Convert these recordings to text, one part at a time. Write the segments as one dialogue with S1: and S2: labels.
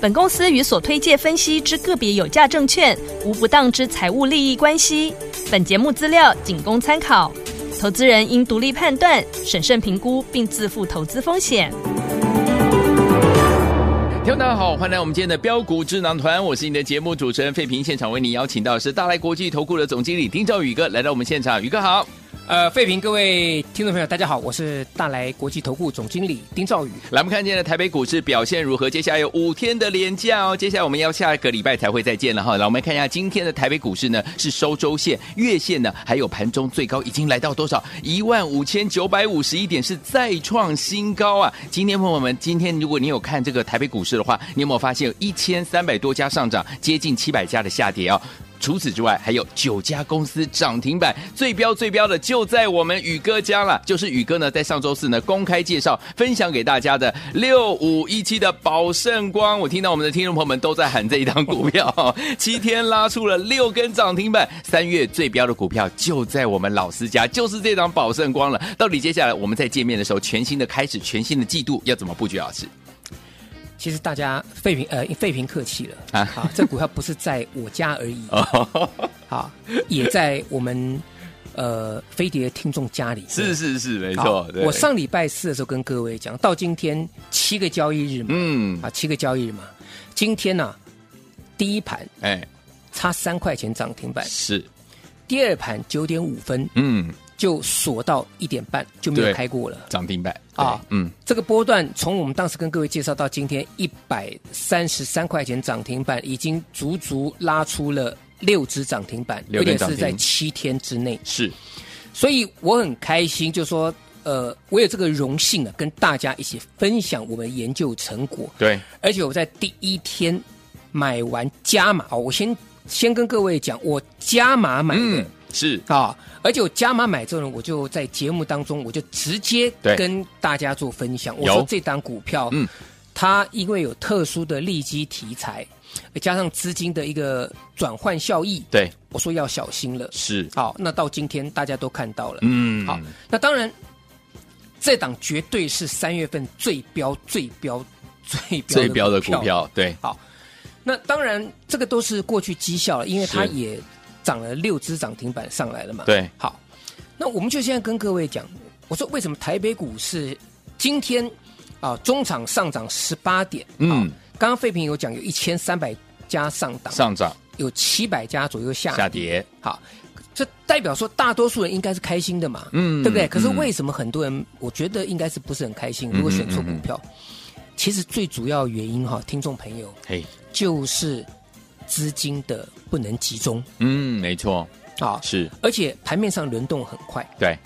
S1: 本公司与所推介分析之个别有价证券无不当之财务利益关系。本节目资料仅供参考，投资人应独立判断、审慎评估并自负投资风险。
S2: 听众大家好，欢迎来我们今天的标股智囊团，我是你的节目主持人费平，现场为你邀请到的是大来国际投顾的总经理丁兆宇哥来到我们现场，宇哥好。
S3: 呃，费评各位听众朋友，大家好，我是大来国际投顾总经理丁兆宇。
S2: 来，我们看见了台北股市表现如何？接下来有五天的连假哦，接下来我们要下个礼拜才会再见了哈。来，我们看一下今天的台北股市呢，是收周线、月线呢，还有盘中最高已经来到多少？一万五千九百五十一点，是再创新高啊！今天朋友们，今天如果你有看这个台北股市的话，你有没有发现有一千三百多家上涨，接近七百家的下跌啊、除此之外，还有九家公司涨停板，最标最标的就在我们宇哥家了。就是宇哥呢，在上周四呢公开介绍分享给大家的六五一七的宝盛光，我听到我们的听众朋友们都在喊这一档股票、哦，七天拉出了六根涨停板，三月最标的股票就在我们老师家，就是这档宝盛光了。到底接下来我们在见面的时候，全新的开始，全新的季度要怎么布局，啊老师？
S3: 其实大家费评呃费评客气了
S2: 啊
S3: 啊，好这股票不是在我家而 已，
S2: 哦，
S3: 好，也在我们呃飞碟听众家里。
S2: 是是是，没
S3: 好
S2: 错，对
S3: 我上礼拜四的时候跟各位讲，到今天七个交易日嘛，
S2: 嗯，
S3: 啊，七个交易日嘛，今天呢、第一盘
S2: 哎，
S3: 差三块钱涨停板，
S2: 是，
S3: 第二盘九点五分
S2: 嗯，
S3: 就锁到一点半就没
S2: 对
S3: 有开过了。
S2: 涨停板
S3: 啊
S2: 对嗯。
S3: 这个波段从我们当时跟各位介绍到今天一百三十三块钱涨停板，已经足足拉出了六只涨停板，
S2: 六
S3: 而
S2: 根
S3: 且
S2: 涨
S3: 是
S2: 停
S3: 在七天之内。
S2: 是，
S3: 所以我很开心，就说呃，我有这个荣幸啊，跟大家一起分享我们研究成果，
S2: 对，
S3: 而且我在第一天买完加码，哦我先先跟各位讲，我加码买的。
S2: 嗯，是，
S3: 啊、而且我加码买之后呢，我就在节目当中，我就直接
S2: 对
S3: 跟大家做分享。我
S2: 有
S3: 说这档股票，
S2: 嗯，
S3: 它因为有特殊的利基题材，加上资金的一个转换效益，
S2: 对，
S3: 我说要小心了。
S2: 是，
S3: 好，那到今天大家都看到了，
S2: 嗯，
S3: 好，那当然，这档绝对是三月份最标、最标、最标
S2: 最标的股票，对，
S3: 好，那当然这个都是过去绩效了，因为它
S2: 是
S3: 也涨了六只涨停板上来了嘛。
S2: 对，
S3: 好，那我们就现在跟各位讲，我说为什么台北股市今天啊中场上涨十八点？
S2: 嗯
S3: 啊刚刚费平有讲有一千三百家上档，
S2: 上涨
S3: 有七百家左右下
S2: 下跌，
S3: 好。这代表说，大多数人应该是开心的嘛，
S2: 嗯
S3: 对不对？可是
S2: 嗯
S3: 为什么很多人，我觉得应该是不是很开心？如果选错
S2: 嗯
S3: 股票，其实最主要原因哈，听众朋友，
S2: 嘿，
S3: 就是资金的不能集中
S2: 嗯，没错，
S3: 啊，
S2: 是，
S3: 而且盘面上轮动很快。
S2: 对，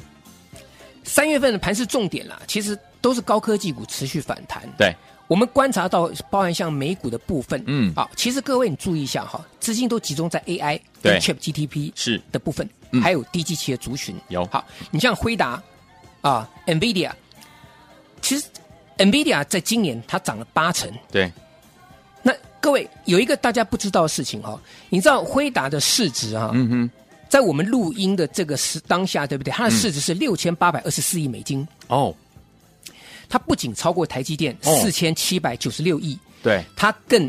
S3: 三月份的盘是重点啦，其实都是高科技股持续反弹。
S2: 对，
S3: 我们观察到，包含像美股的部分，
S2: 嗯
S3: 啊，其实各位你注意一下哈，资金都集中在 AI
S2: 对
S3: 跟 ChatGTP
S2: 是
S3: 的部分，
S2: 嗯
S3: 还有低基企的族群。
S2: 有
S3: 好，你像辉达啊，NVIDIA，其实 NVIDIA 在今年它涨了八成，
S2: 对，
S3: 那各位有一个大家不知道的事情哈、你知道辉达的市值哈、
S2: 嗯哼，嗯
S3: 在我们录音的这个时当下，对不对？它的市值是六千八百二十四亿美金，
S2: 哦，
S3: 它不仅超过台积电
S2: 哦
S3: 四千七百九十六亿，
S2: 对，
S3: 它更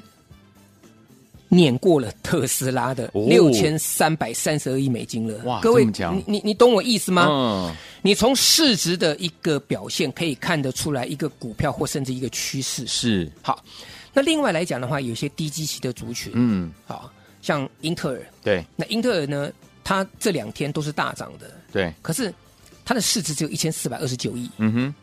S3: 碾过了特斯拉的
S2: 哦
S3: 六千三百三十二亿美金了。
S2: 哇
S3: 各位，
S2: 这么强
S3: 你你你懂我意思吗？
S2: 嗯，
S3: 你从市值的一个表现可以看得出来一个股票或甚至一个趋势。
S2: 是，
S3: 好，那另外来讲的话，有一些低基期的族群，
S2: 嗯，
S3: 好像英特尔，
S2: 对，
S3: 那英特尔呢，它这两天都是大涨的，
S2: 对，
S3: 可是它的市值只有一千四百二十九亿，
S2: 嗯哼，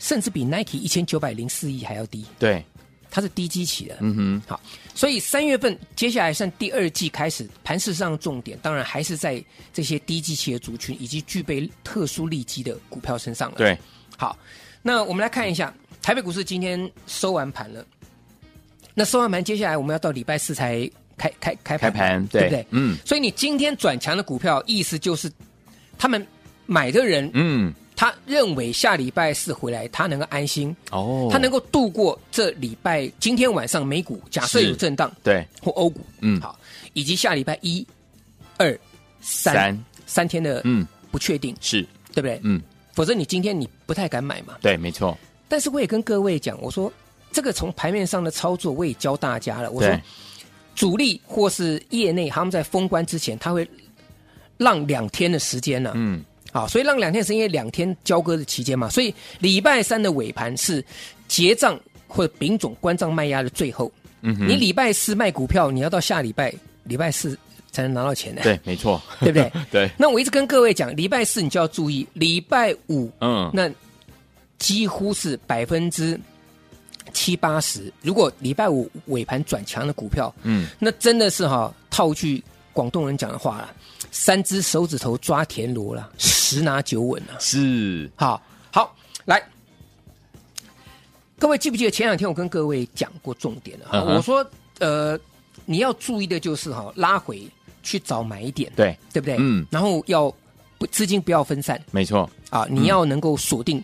S3: 甚至比 Nike 一千九百零四亿还要低，
S2: 对，
S3: 它是低基期的。
S2: 嗯哼，
S3: 好，所以三月份接下来算第二季开始，盘市上的重点当然还是在这些低基期的族群以及具备特殊利基的股票身上了。，
S2: 对，
S3: 好，那我们来看一下台北股市今天收完盘了。那收完盘，接下来我们要到礼拜四才开开开
S2: 开盘对
S3: 不对？
S2: 嗯
S3: 所以你今天转强的股票，意思就是他们买的人，
S2: 嗯，
S3: 他认为下礼拜四回来，他能够安心，
S2: 哦
S3: 他能够度过这礼拜今天晚上美股假设
S2: 是
S3: 有震荡
S2: 对
S3: 或欧股，
S2: 嗯
S3: 好，以及下礼拜一、二、三
S2: 三
S3: 三天的
S2: 嗯
S3: 不确定，
S2: 是
S3: 对不对？
S2: 嗯
S3: 否则你今天你不太敢买嘛。
S2: 对没错
S3: 但是我也跟各位讲，我说这个从盘面上的操作，我也教大家了。我说
S2: 对
S3: 主力或是业内，他们在封关之前，他会让两天的时间呢、
S2: 嗯
S3: 啊，所以让两天是因为两天交割的期间嘛，所以礼拜三的尾盘是结账或者丙种关账卖压的最后。
S2: 嗯哼
S3: 你礼拜四卖股票，你要到下礼拜礼拜四才能拿到钱的，
S2: 对没错
S3: 对不对？
S2: 对
S3: 那我一直跟各位讲，礼拜四你就要注意，礼拜五
S2: 嗯
S3: 那几乎是百分之七八十。如果礼拜五尾盘转强的股票，
S2: 嗯
S3: 那真的是哈、套句广东人讲的话啦，三只手指头抓田螺啦，十拿九稳啊。
S2: 是
S3: 好，好，来，各位记不记得前两天我跟各位讲过重点啊？
S2: 嗯哼
S3: 我说，呃，你要注意的就是哈、拉回去找买点，
S2: 对
S3: 对不对？
S2: 嗯
S3: 然后要不资金不要分散
S2: 没错
S3: 啊，你要能够锁定。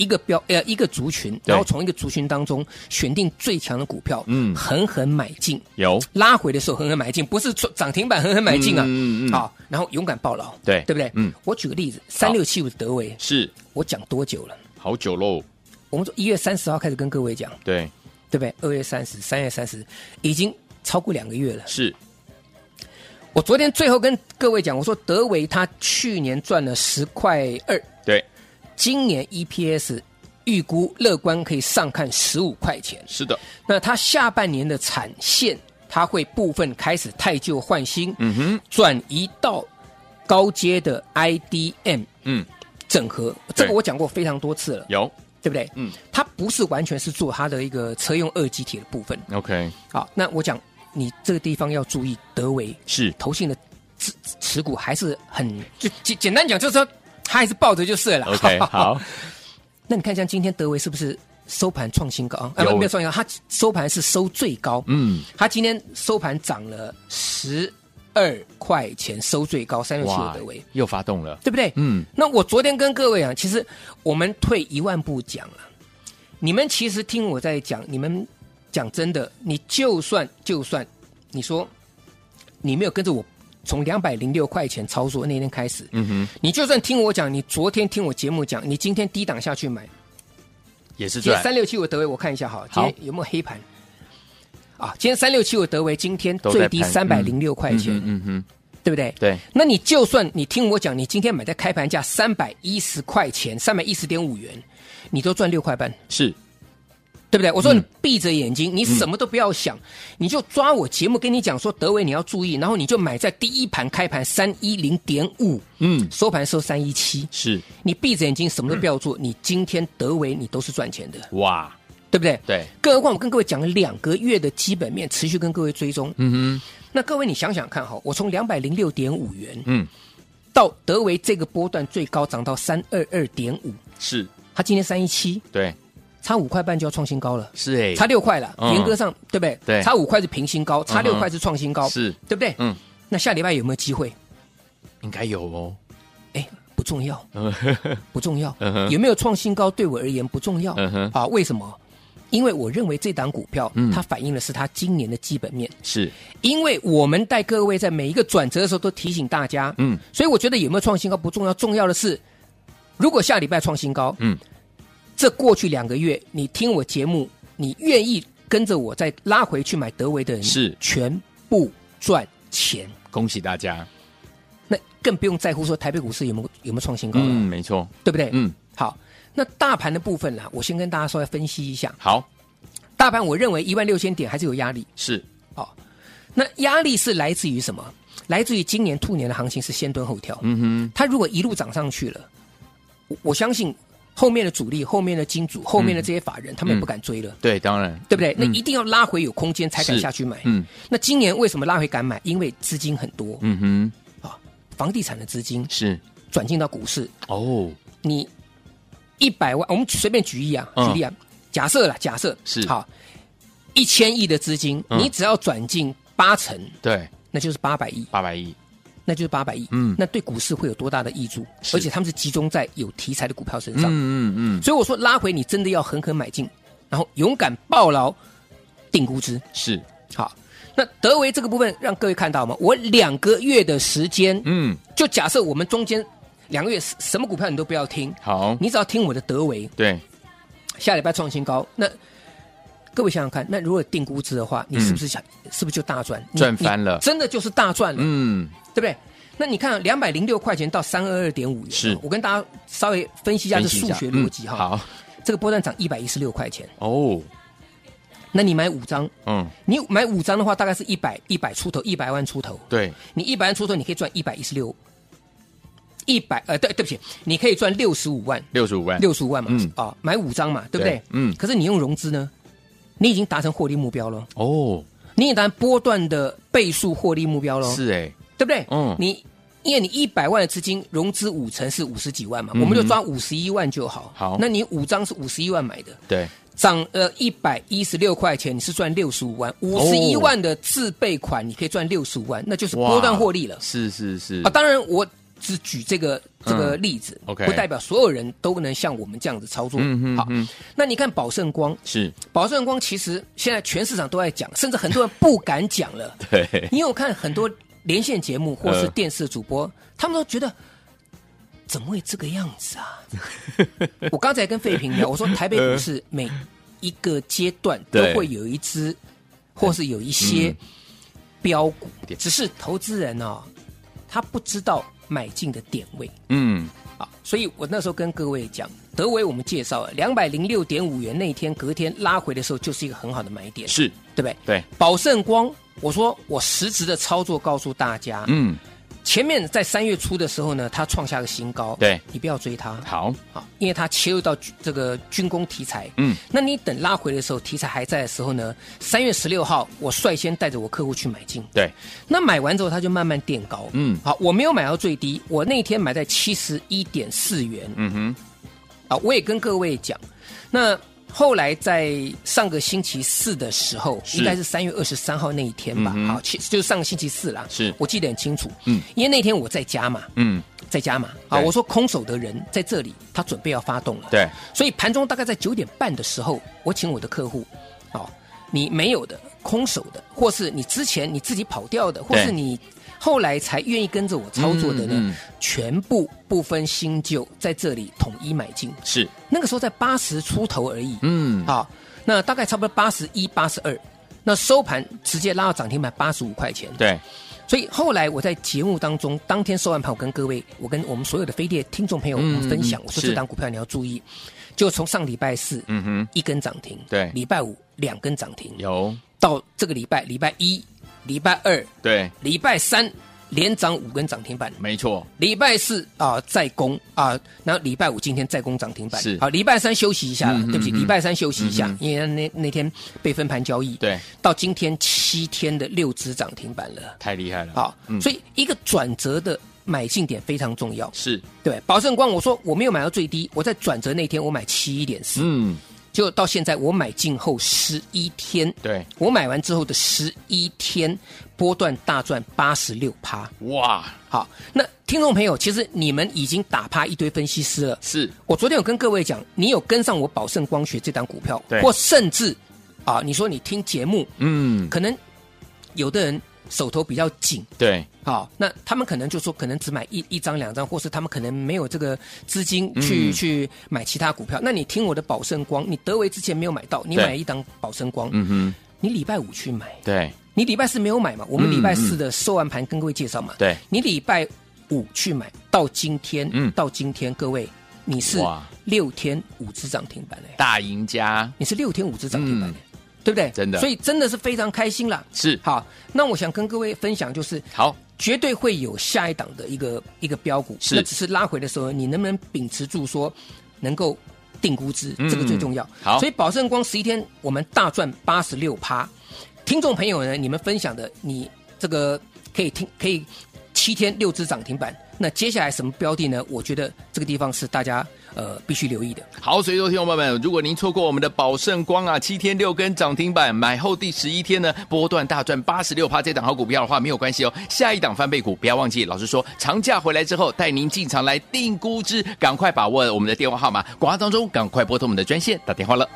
S3: 一个标呃一个族群，然后从一个族群当中选定最强的股票，
S2: 嗯
S3: 狠狠买进，
S2: 有
S3: 拉回的时候狠狠买进，不是说涨停板狠狠买进啊，
S2: 嗯嗯嗯
S3: 好，然后勇敢抱牢，
S2: 对
S3: 对不对？
S2: 嗯，
S3: 我举个例子，三六七五的德维，
S2: 是
S3: 我讲多久了？
S2: 好久喽
S3: 我们从一月三十号开始跟各位讲，
S2: 对
S3: 对不对？二月三十、三月三十，已经超过两个月了。
S2: 是
S3: 我昨天最后跟各位讲，我说德维他去年赚了十块二，
S2: 对
S3: 今年 EPS 预估乐观可以上看十五块钱。
S2: 是的
S3: 那它下半年的产线，它会部分开始汰旧换新，
S2: 嗯哼
S3: 转移到高阶的 IDM
S2: 嗯
S3: 整合。
S2: 对
S3: 这个我讲过非常多次了，
S2: 有
S3: 对不对？
S2: 嗯
S3: 它不是完全是做它的一个车用二极体的部分。
S2: OK
S3: 好，那我讲你这个地方要注意，德维
S2: 是
S3: 投信的持持股还是很就简简单讲，就是说它还是抱着就是了啦。
S2: OK 好
S3: 那你看像今天德维是不是收盘创新高？啊，
S2: 有
S3: 没有创新高，它收盘是收最高。
S2: 嗯
S3: 它今天收盘涨了十二块钱，收最高三六七
S2: 哇
S3: 的德维，
S2: 又发动了
S3: 对不对？
S2: 嗯
S3: 那我昨天跟各位啊，其实我们退一万步讲了，你们其实听我在讲，你们讲真的，你就算就算你说你没有跟着我从两百零六块钱操作那天开始，
S2: 嗯哼
S3: 你就算听我讲，你昨天听我节目讲，你今天低档下去买，
S2: 也是
S3: 今天
S2: 赚
S3: 三六七五德维我看一下哈，今
S2: 好
S3: 天有没有黑盘？啊，今天三六七五德维今天
S2: 都在
S3: 最低三
S2: 盘
S3: 百零六块钱，
S2: 嗯哼嗯哼
S3: 对不对？
S2: 对
S3: 那你就算你听我讲，你今天买在开盘价三百一十块钱，三百一十点五元，你都赚六块半，
S2: 是
S3: 对不对？我说
S2: 嗯
S3: 你闭着眼睛，你什么都不要想，你就抓我节目跟你讲说，德维你要注意，然后你就买在第一盘开盘三一零点五，
S2: 嗯
S3: 收盘收三一七，
S2: 是
S3: 你闭着眼睛什么都不要做，
S2: 嗯
S3: 你今天德维你都是赚钱的，
S2: 哇
S3: 对不对？
S2: 对
S3: 更何况我跟各位讲了两个月的基本面，持续跟各位追踪。
S2: 嗯哼
S3: 那各位你想想看哈，我从两百零六点五元
S2: 嗯
S3: 到德维这个波段最高涨到三二二点五，
S2: 是
S3: 它今天三一七，
S2: 对
S3: 差五块半就要创新高了，
S2: 是哎
S3: 差六块了，
S2: 嗯
S3: 严格上对不对？
S2: 对嗯
S3: 差五块是平新高，差六块是创新高，
S2: 是
S3: 对不对？
S2: 嗯
S3: 那下礼拜有没有机会？
S2: 应该有哦
S3: 哎，不重要，
S2: 嗯呵呵
S3: 不重要
S2: 嗯，哼
S3: 有没有创新高对我而言不重要
S2: 嗯哼
S3: 啊？为什么？因为我认为这档股票
S2: 嗯，
S3: 它反映的是它今年的基本面。
S2: 是
S3: 因为我们带各位在每一个转折的时候都提醒大家，
S2: 嗯
S3: 所以我觉得有没有创新高不重要，重要的是，如果下礼拜创新高，
S2: 嗯，
S3: 这过去两个月你听我节目，你愿意跟着我再拉回去买德维的人，
S2: 是
S3: 全部赚钱，
S2: 恭喜大家
S3: 那更不用在乎说台北股市有没有有没有创新高了，
S2: 嗯没错
S3: 对不对？
S2: 嗯
S3: 好，那大盘的部分啦，我先跟大家稍微分析一下，
S2: 好
S3: 大盘我认为一万六千点还是有压力，
S2: 是
S3: 那压力是来自于什么？来自于今年兔年的行情是先蹲后跳，
S2: 嗯哼
S3: 它如果一路涨上去了，我我相信后面的主力、后面的金主、后面的这些法人，他们也不敢追了，
S2: 对当然
S3: 对不对？那
S2: 嗯
S3: 一定要拉回有空间才敢
S2: 是
S3: 下去买。
S2: 嗯
S3: 那今年为什么拉回敢买？因为资金很多，
S2: 嗯哼
S3: 房地产的资金
S2: 是
S3: 转进到股市，
S2: 哦
S3: 你一百万，我们随便举例啊，
S2: 嗯
S3: 举例啊，假设啦，假设
S2: 是
S3: 好一千亿的资金，
S2: 嗯
S3: 你只要转进八成，
S2: 对，
S3: 那就是八百亿，
S2: 八百亿，
S3: 那就是八百亿。
S2: 嗯
S3: 那对股市会有多大的益处？
S2: 是
S3: 而且他们是集中在有题材的股票身上。
S2: 嗯嗯嗯，
S3: 所以我说拉回你真的要狠狠买进，然后勇敢抱牢定估值。
S2: 是，
S3: 好，那德维这个部分让各位看到吗？我两个月的时间，
S2: 嗯，
S3: 就假设我们中间两个月什什么股票你都不要听，
S2: 好，
S3: 你只要听我的德维，
S2: 对，
S3: 下礼拜创新高，那各位想想看，那如果定估值的话，你是不是想、是不是就大赚？你
S2: 赚翻
S3: 你
S2: 了
S3: 真的就是大赚了，
S2: 嗯，
S3: 对不对？那你看啊两百零六块钱到三二二点五元，
S2: 是
S3: 我跟大家稍微分析一下这
S2: 分析
S3: 个
S2: 一
S3: 数
S2: 下
S3: 学
S2: 嗯
S3: 逻辑哈。
S2: 好，
S3: 这个波段涨一百一十六块钱，
S2: 哦，
S3: 那你买五张，
S2: 嗯，
S3: 你买五张的话，大概是一百一百出头，一百万出头。
S2: 对，
S3: 你一百万出头，你可以赚一百一十六，一百呃，对对不起，你可以赚六十五万，
S2: 六十五万，
S3: 六十五万嘛，啊、
S2: 嗯
S3: 买五张嘛，对不对？
S2: 对嗯
S3: 可是你用融资呢，你已经达成获利目标了，
S2: 哦，
S3: 你也达成波段的倍数获利目标了，
S2: 是哎，
S3: 对不对？
S2: 嗯
S3: 你因为你一百万的资金融资五成是五十几万嘛，
S2: 嗯哼
S3: 我们就抓五十一万就好。
S2: 好
S3: 那你五张是五十一万买的，
S2: 对，
S3: 涨呃一百一十六块钱，你是赚六十五
S2: 哦
S3: 万，五十一万的自备款你可以赚六十五万，那就是波段获利了
S2: 是是是
S3: 啊。，当然，我只举这个这个例子、
S2: 嗯 OK
S3: 不代表所有人都能像我们这样子操作。
S2: 嗯哼
S3: 好
S2: 嗯，
S3: 那你看宝盛光，
S2: 是，
S3: 宝盛光其实现在全市场都在讲，甚至很多人不敢讲了。
S2: 对，
S3: 你有看很多连线节目或是
S2: 呃
S3: 电视主播，他们都觉得怎么会这个样子啊？我刚才跟费平聊，我说台北股市每一个阶段都
S2: 对
S3: 会有一只，或是有一些标股，只是投资人哦，他不知道买进的点位。
S2: 嗯，
S3: 啊，所以我那时候跟各位讲，德维我们介绍了啊两百零六点五元那一天，隔天拉回的时候就是一个很好的买点，
S2: 是，
S3: 对不对？
S2: 对，
S3: 宝盛光，我说我实质的操作告诉大家，
S2: 嗯，
S3: 前面在三月初的时候呢，它创下个新高，
S2: 对
S3: 你不要追它，
S2: 好，
S3: 好，因为它切入到军这个军工题材，
S2: 嗯，
S3: 那你等拉回的时候，题材还在的时候呢，三月十六号我率先带着我客户去买进，
S2: 对，
S3: 那买完之后它就慢慢垫高，
S2: 嗯
S3: 好，我没有买到最低，我那天买在七十一点四元，
S2: 嗯哼，
S3: 啊，我也跟各位讲，那后来在上个星期四的时候，
S2: 是嗯
S3: 应该是三月二十三号那一天吧，好，其就是上个星期四啦，
S2: 是
S3: 我记得很清楚，
S2: 嗯，
S3: 因为那天我在家嘛，
S2: 嗯，
S3: 在家嘛，啊，
S2: 对
S3: 我说空手的人在这里，他准备要发动了，，
S2: 对，
S3: 所以盘中大概在九点半的时候，我请我的客户，哦，你没有的空手的，或是你之前你自己跑掉的，或
S2: 对
S3: 是你后来才愿意跟着我操作的呢，
S2: 嗯嗯
S3: 全部不分新旧，在这里统一买进。
S2: 是，
S3: 那个时候在八十出头而已，
S2: 嗯，
S3: 好，那大概差不多八十一、八十二，那收盘直接拉到涨停板八十五块钱。
S2: 对，
S3: 所以后来我在节目当中，当天收完盘，我跟各位，我跟我们所有的飞碟听众朋友我们分享，
S2: 嗯嗯
S3: 我说
S2: 是
S3: 这档股票你要注意，就从上礼拜四，
S2: 嗯哼，
S3: 一根涨停，
S2: 对
S3: 礼拜五两根涨停，
S2: 有，
S3: 到这个礼拜礼拜一、礼拜二、
S2: 对，
S3: 礼拜三连涨五根涨停板，
S2: 没错，
S3: 礼拜四啊、再攻啊、然后礼拜五今天再攻涨停板，
S2: 是
S3: 好，礼拜三休息一下了，
S2: 嗯哼
S3: 对不起，
S2: 嗯哼
S3: 礼拜三休息一下，
S2: 嗯
S3: 因为那那天被分盘交易，
S2: 对，
S3: 到今天七天的六只涨停板了，
S2: 太厉害了，
S3: 好，
S2: 嗯
S3: 所以一个转折的买进点非常重要，
S2: 是，
S3: 对，宝盛光我说我没有买到最低，我在转折那天我买七点四，
S2: 嗯，
S3: 结果到现在我买进后十一天，
S2: 对，
S3: 我买完之后的十一天波段大赚八十六趴，
S2: 哇，
S3: 好，那听众朋友，其实你们已经打趴一堆分析师了。
S2: 是，
S3: 我昨天有跟各位讲，你有跟上我宝盛光学这档股票
S2: 对，
S3: 或甚至啊，你说你听节目，
S2: 嗯，
S3: 可能有的人手头比较紧，
S2: 对，
S3: 好，那他们可能就说可能只买一一张两张，或是他们可能没有这个资金去、
S2: 嗯
S3: 去买其他股票。那你听我的宝盛光，你德维之前没有买到，你
S2: 对
S3: 买一档宝盛光，
S2: 嗯哼，
S3: 你礼拜五去买，
S2: 对，
S3: 你礼拜四没有买嘛？我们礼拜
S2: 嗯
S3: 四的收完盘跟各位介绍嘛。
S2: 对，
S3: 你礼拜五去买，到今天，
S2: 嗯
S3: 到今天，各位你是
S2: 哇
S3: 六天五只涨停板嘞、
S2: 大赢家
S3: 你是六天五只涨停板嘞、对不对？
S2: 嗯真的
S3: 所以真的是非常开心啦。
S2: 是，
S3: 好，那我想跟各位分享就是。
S2: 好，
S3: 绝对会有下一档的一个一个标股，
S2: 是
S3: 那只是拉回的时候，你能不能秉持住说能够定估值，
S2: 嗯
S3: 这个最重要。
S2: 好
S3: 所以宝盛光十一天我们大赚八十六趴，听众朋友呢，你们分享的你这个可以听可以七天六只涨停板，那接下来什么标的呢？我觉得这个地方是大家呃必须留意的。
S2: 好，所以说，听众朋友们，如果您错过我们的宝盛光啊，七天六根涨停板，买后第十一天呢，波段大赚八十六趴这档好股票的话，没有关系哦。下一档翻倍股，不要忘记，老师说长假回来之后，带您进场来定估值，赶快把握我们的电话号码，广告当中赶快拨通我们的专线打电话了。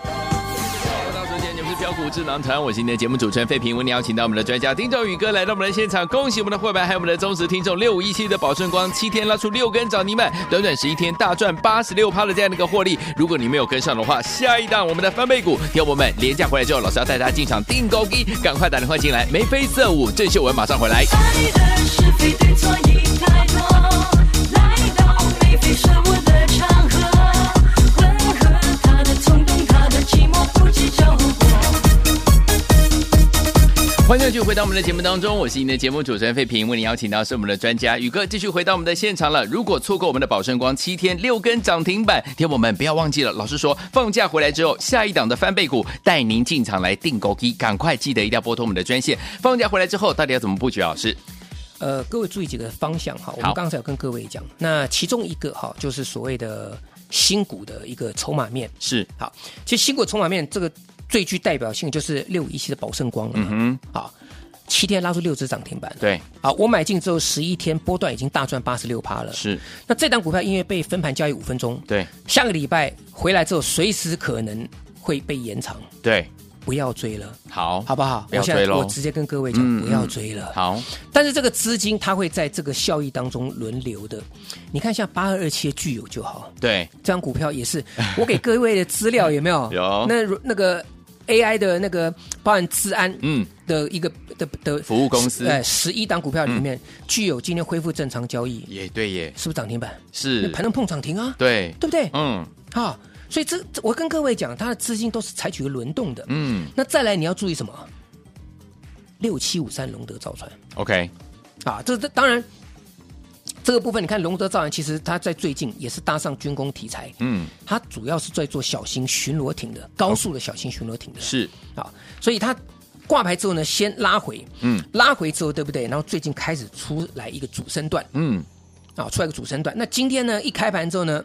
S2: 到时间，你们是标股智囊团，我是你的节目主持人费平。为您邀请到我们的专家丁兆宇哥来到我们的现场，恭喜我们的会员，还有我们的忠实听众六五一七的宝顺光，七天拉出六根涨停板，短短十一天大赚八十六趴的这样的一个获利。如果你没有跟上的话，下一档我们的翻倍股，听我们廉价回来之后，老师要带大家进场定高低，赶快打电话进来，眉飞色舞，郑秀文马上回来。
S4: 爱的是非对错已太多，来到眉飞色舞的场合，混合他的冲动，他的寂寞，不计较后果。
S2: 欢迎继续回到我们的节目当中，我是您的节目主持人费平，为您邀请到是我们的专家宇哥，继续回到我们的现场了。如果错过我们的宝盛光七天六根涨停板，天友们不要忘记了，老师说放假回来之后，下一档的翻倍股带您进场来订购低，赶快记得一定要拨通我们的专线。放假回来之后，到底要怎么布局啊？老师，
S3: 呃，各位注意几个方向哈，我
S2: 好
S3: 们刚才有跟各位讲，那其中一个哈就是所谓的新股的一个筹码面。
S2: 是
S3: 好，其实新股筹码面这个最具代表性就是六一七的宝盛光了嘛，
S2: 嗯
S3: 好，七天拉出六只涨停板，
S2: 对，
S3: 好，我买进之后十一天波段已经大赚八十六趴了，
S2: 是，
S3: 那这档股票因为被分盘交易五分钟，
S2: 对嗯
S3: 下个礼拜回来之后随时可能会被延长，
S2: 对，
S3: 不要追了，
S2: 好，
S3: 好不好？
S2: 哦不要
S3: 我现在
S2: 追咯
S3: 我直接跟各位讲，
S2: 嗯
S3: 不要追了。
S2: 好，
S3: 但是这个资金它会在这个效益当中轮流的。你看像八二二七的具有就好，
S2: 对，
S3: 这张股票也是我给各位的资料有没 有？
S2: 有
S3: 那如那个 AI 的那个包含治安
S2: 嗯，
S3: 的一个的的
S2: 服务公司嗯
S3: 哎，十一档股票里面，具有今天恢复正常交易，
S2: 也对耶，
S3: 是不是涨停板？那
S2: 是
S3: 盘，中碰涨停啊，
S2: 对，
S3: 对不对？
S2: 嗯
S3: 啊，所以这这我跟各位讲，它的资金都是采取轮动的。
S2: 嗯
S3: 那再来你要注意什么？六七五三龙德造船。
S2: ，OK，
S3: 啊，这这当然，这个部分你看龙德造船，其实它在最近也是搭上军工题材，
S2: 嗯，
S3: 它主要是在做小型巡逻艇的高速的小型巡逻艇的，
S2: 是，
S3: 啊，所以它挂牌之后呢，先拉回，
S2: 嗯
S3: 拉回之后对不对？然后最近开始出来一个主升段
S2: 嗯，
S3: 啊，出来一个主升段。那今天呢，一开盘之后呢，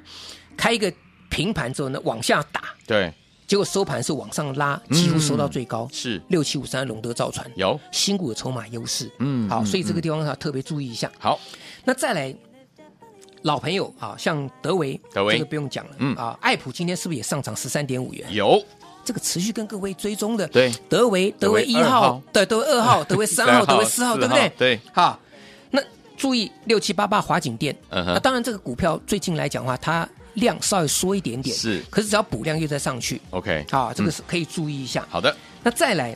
S3: 开一个平盘之后呢，往下打，
S2: 对，
S3: 结果收盘是往上拉，几乎收到最高，
S2: 嗯是
S3: 六七五三龙德造船
S2: 有，
S3: 新股的筹码优势，
S2: 嗯
S3: 好，
S2: 嗯
S3: 所以这个地方要特别注意一下。
S2: 好，
S3: 那再来，老朋友啊，像德维，
S2: 德维
S3: 这个不用讲了，
S2: 嗯
S3: 啊，爱普今天是不是也上涨十三点五元？
S2: 有，
S3: 这个持续跟各位追踪的，
S2: 对
S3: 德维、
S2: 德
S3: 德维
S2: 维
S3: 一
S2: 二
S3: 号
S2: 号，
S3: 对，德维二号、德维 三
S2: 三号
S3: 号、德维四号，
S2: 四
S3: 对不对
S2: 号？对，
S3: 好，那注意六七八八华景店，
S2: 嗯哼
S3: 那当然这个股票最近来讲的话，它量稍微缩一点点，
S2: 是
S3: 可是只要补量又再上去，
S2: OK，
S3: 啊，这个
S2: 嗯
S3: 是可以注意一下。
S2: 好的，
S3: 那再来，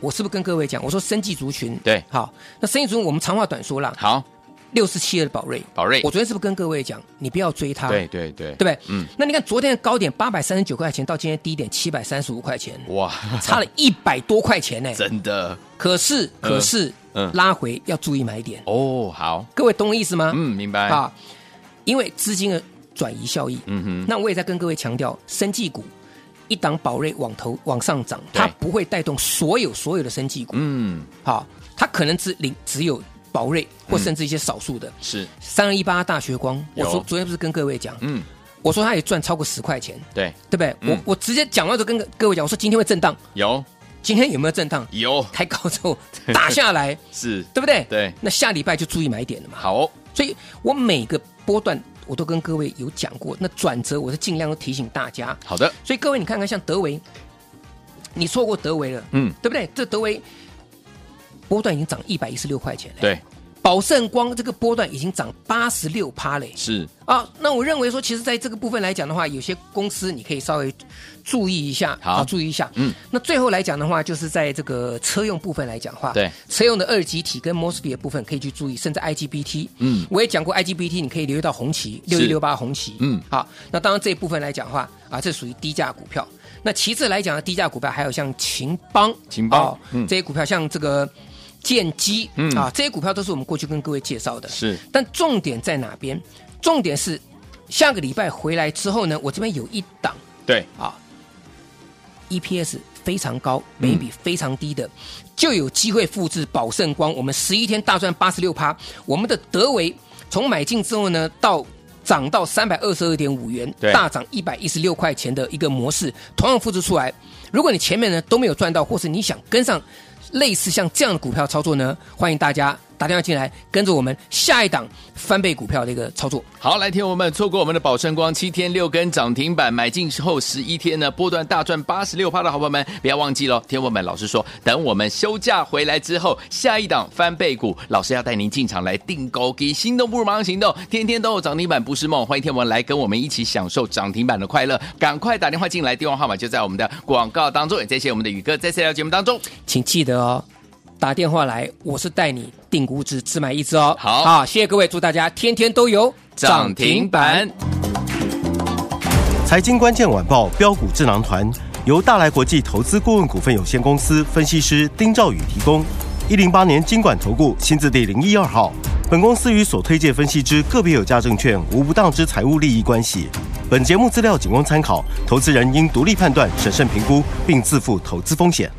S3: 我是不是跟各位讲，我说生技族群，
S2: 对
S3: 好，那生技族群我们长话短说啦，
S2: 好，
S3: 六四七二的宝瑞，
S2: 宝瑞
S3: 我昨天是不是跟各位讲，你不要追它？
S2: 对对对，
S3: 啊对不对？
S2: 嗯，
S3: 那你看昨天的高点八百三十九块钱，到今天低点七百三十五块钱，
S2: 哇，
S3: 差了一百多块钱呢。
S2: 真的
S3: 可是
S2: 嗯
S3: 可是、
S2: 嗯
S3: 拉回要注意买点，
S2: 哦，好，
S3: 各位懂我意思吗？
S2: 嗯，明白，
S3: 啊，因为资金的转移效益。
S2: 嗯哼，
S3: 那我也在跟各位强调，生技股一档宝瑞往头往上涨，
S2: 对
S3: 它不会带动所有所有的生技股，
S2: 嗯，
S3: 好，它可能只领只有宝瑞或甚至一些少数的。
S2: 是，
S3: 三二一八大学光，我
S2: 有
S3: 说昨天不是跟各位讲，
S2: 嗯，
S3: 我说它也赚超过十块钱，
S2: 对，
S3: 对不对？
S2: 嗯
S3: 我我直接讲完之后跟各位讲，我说今天会震荡，
S2: 有
S3: 今天有没有震 荡？
S2: 有
S3: 开高之后打下来，
S2: 是，
S3: 对不对？
S2: 对
S3: 那下礼拜就注意买点了嘛。
S2: 好，哦
S3: 所以我每个波段我都跟各位有讲过，那转折我是尽量都提醒大家。
S2: 好的，
S3: 所以各位你看看，像德维，你错过德维了，
S2: 嗯，
S3: 对不对？这德维波段已经涨一百一十六块钱了，。
S2: 对，
S3: 宝盛光这个波段已经涨八十六趴嘞，
S2: 是，
S3: 啊，那我认为说，其实在这个部分来讲的话，有些公司你可以稍微注意一下，啊
S2: 好
S3: 注意一下。
S2: 嗯，
S3: 那最后来讲的话，就是在这个车用部分来讲的话，
S2: 对
S3: 车用的二极体跟 MOSFET 的部分可以去注意，甚至 IGBT。
S2: 嗯
S3: 我也讲过 IGBT，你可以留意到红旗六一
S2: 是
S3: 六八红旗。
S2: 嗯
S3: 好，那当然这一部分来讲的话，啊，这属于低价股票。那其次来讲的低价股票，还有像秦邦、
S2: 秦邦
S3: 哦
S2: 嗯
S3: 这些股票，像这个建机，
S2: 嗯
S3: 啊，这些股票都是我们过去跟各位介绍的。
S2: 是，
S3: 但重点在哪边？重点是下个礼拜回来之后呢，我这边有一档
S2: 对，
S3: 啊，EPS E 非常高，每比非常低的，就有机会复制宝盛光。我们十一天大赚八十六趴，我们的德维从买进之后呢，到涨到三百二十二点五元
S2: 对，
S3: 大涨一百一十六块钱的一个模式，同样复制出来。如果你前面呢都没有赚到，或是你想跟上类似像这样的股票操作呢，欢迎大家打电话进来，跟着我们下一档翻倍股票的一个操作。
S2: 好，来，听我们错过我们的宝盛光七天六根涨停板，买进之后十一天呢，波段大赚八十六趴的好朋友们，不要忘记喽。天我们老师说，等我们休假回来之后，下一档翻倍股，老师要带您进场来订购，给心动不如马上行动，天天都有涨停板不是梦。欢迎天我们来跟我们一起享受涨停板的快乐，赶快打电话进来，电话号码就在我们的广告当中，也谢谢我们的宇哥在这条节目当中。
S3: 请记得哦，打电话来，我是带你定估值，只买一只哦。
S2: 好
S3: 好，谢谢各位，祝大家天天都有
S2: 涨停板。
S5: 财经关键晚报标股智囊团由大来国际投资顾问股份有限公司分析师丁兆宇提供。一零八年经管投顾新字第零一二号。本公司与所推介分析之个别有价证券无不当之财务利益关系。本节目资料仅供参考，投资人应独立判断、审慎评估，并自负投资风险。